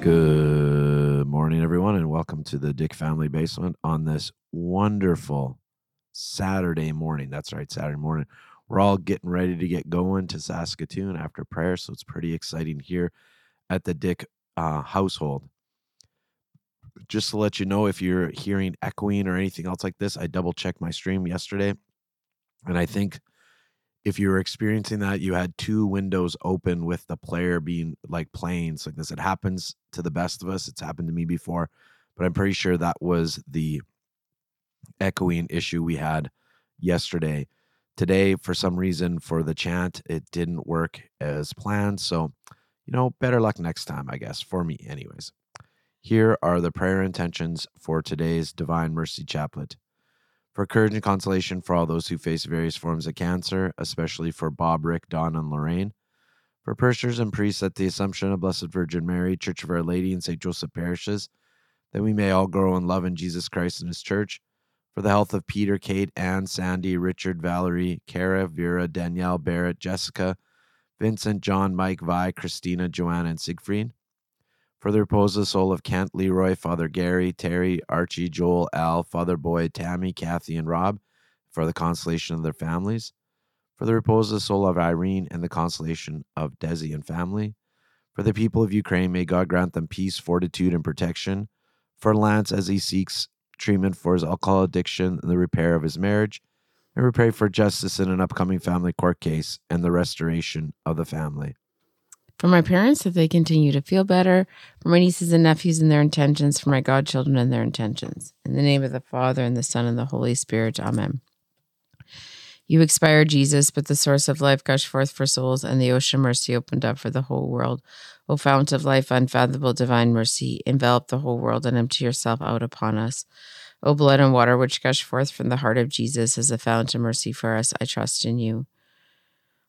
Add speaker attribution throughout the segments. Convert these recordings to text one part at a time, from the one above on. Speaker 1: Good morning, everyone, and welcome to the Dick Family Basement on this wonderful Saturday morning. That's right, Saturday morning. We're all getting ready to get going to Saskatoon after prayer, so it's pretty exciting here at the Dick uh, household. Just to let you know, if you're hearing echoing or anything else like this, I double checked my stream yesterday, and I think if you were experiencing that, you had two windows open with the player being like playing so like this. It happens to the best of us. It's happened to me before, but I'm pretty sure that was the echoing issue we had yesterday. Today, for some reason, for the chant, it didn't work as planned. So, you know, better luck next time, I guess, for me, anyways. Here are the prayer intentions for today's Divine Mercy Chaplet for courage and consolation for all those who face various forms of cancer, especially for Bob, Rick, Don, and Lorraine, for parishioners and priests at the Assumption of Blessed Virgin Mary, Church of Our Lady, and St. Joseph parishes, that we may all grow in love in Jesus Christ and His Church, for the health of Peter, Kate, Ann, Sandy, Richard, Valerie, Kara, Vera, Danielle, Barrett, Jessica, Vincent, John, Mike, Vi, Christina, Joanna, and Siegfried. For the repose of the soul of Kent, Leroy, Father Gary, Terry, Archie, Joel, Al, Father Boy, Tammy, Kathy, and Rob, for the consolation of their families. For the repose of the soul of Irene and the consolation of Desi and family. For the people of Ukraine, may God grant them peace, fortitude, and protection. For Lance, as he seeks treatment for his alcohol addiction and the repair of his marriage. And we pray for justice in an upcoming family court case and the restoration of the family.
Speaker 2: For my parents, that they continue to feel better. For my nieces and nephews and their intentions. For my godchildren and their intentions. In the name of the Father, and the Son, and the Holy Spirit. Amen. You expire, Jesus, but the source of life gush forth for souls, and the ocean mercy opened up for the whole world. O fount of life, unfathomable divine mercy, envelop the whole world and empty yourself out upon us. O blood and water which gush forth from the heart of Jesus as a fount of mercy for us, I trust in you.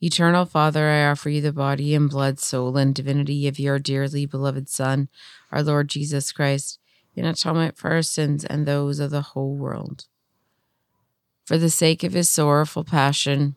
Speaker 2: Eternal Father, I offer you the body and blood, soul, and divinity of your dearly beloved Son, our Lord Jesus Christ, in atonement for our sins and those of the whole world. For the sake of his sorrowful passion,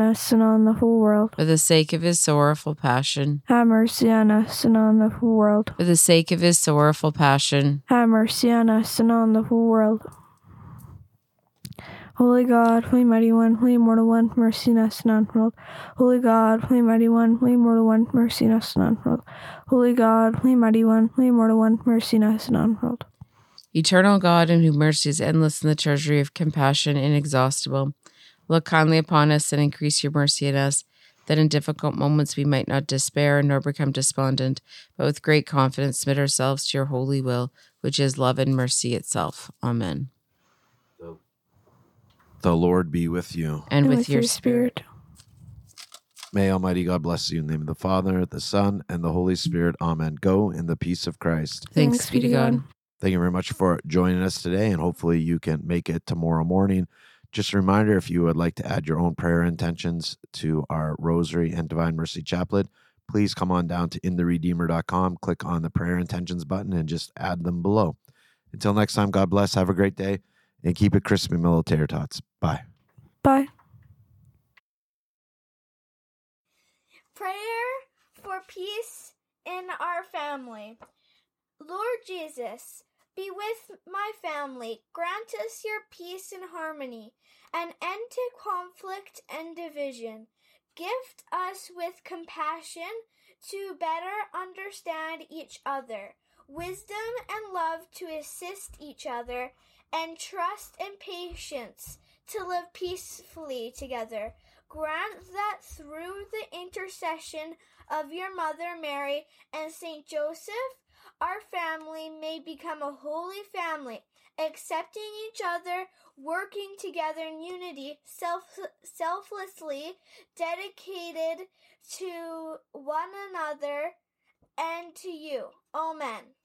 Speaker 3: us and on the whole world.
Speaker 2: for the sake of his sorrowful passion,
Speaker 3: Have mercy on us and on the whole world.
Speaker 2: for the sake of his sorrowful passion.
Speaker 3: Have mercy on us and on the whole world. Holy God, Holy Mighty One, Holy Immortal One, mercy on us and on the world. Holy God, Holy Mighty One, Holy Immortal One, mercy on us and on the world. Holy God, Holy Mighty One, Holy Immortal One, mercy on us and on the world.
Speaker 2: Eternal God, in whose mercy is endless and the treasury of compassion inexhaustible, look kindly upon us and increase your mercy in us, that in difficult moments we might not despair nor become despondent, but with great confidence submit ourselves to your holy will, which is love and mercy itself. Amen.
Speaker 1: The Lord be with you.
Speaker 2: And, with, your, spirit.
Speaker 1: May Almighty God bless you in the name of the Father, the Son, and the Holy Spirit. Amen. Go in the peace of Christ.
Speaker 2: Thanks be to God.
Speaker 1: Thank you very much for joining us today, and hopefully you can make it tomorrow morning. Just a reminder if you would like to add your own prayer intentions to our Rosary and Divine Mercy Chaplet, please come on down to intheredeemer.com, click on the prayer intentions button, and just add them below. Until next time, God bless. Have a great day and keep it crispy, military tots. Bye.
Speaker 3: Bye.
Speaker 4: Prayer for peace in our family. Lord Jesus, be with my family. Grant us your peace and harmony, an end to conflict and division. Gift us with compassion to better understand each other, wisdom and love to assist each other, and trust and patience to live peacefully together. Grant that through the intercession of your Mother Mary and Saint Joseph, our family may become a holy family, accepting each other, working together in unity, self- selflessly, dedicated to one another and to you. Amen.